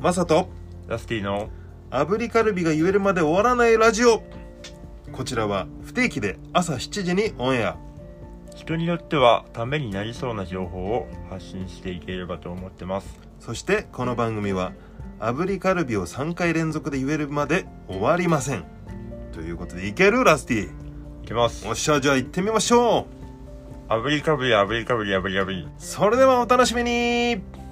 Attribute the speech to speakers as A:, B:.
A: マサと
B: ラスティの
A: 炙りカルビが言えるまで終わらないラジオこちらは不定期で朝7時にオンエア
B: 人によってはためになりそうな情報を発信していければと思ってます
A: そしてこの番組は炙りカルビを3回連続で言えるまで終わりませんということでいけるラスティ
B: いきます
A: おっしゃじゃあ行ってみましょう
B: 炙りかぶり炙りかぶり炙り炙り
A: それではお楽しみに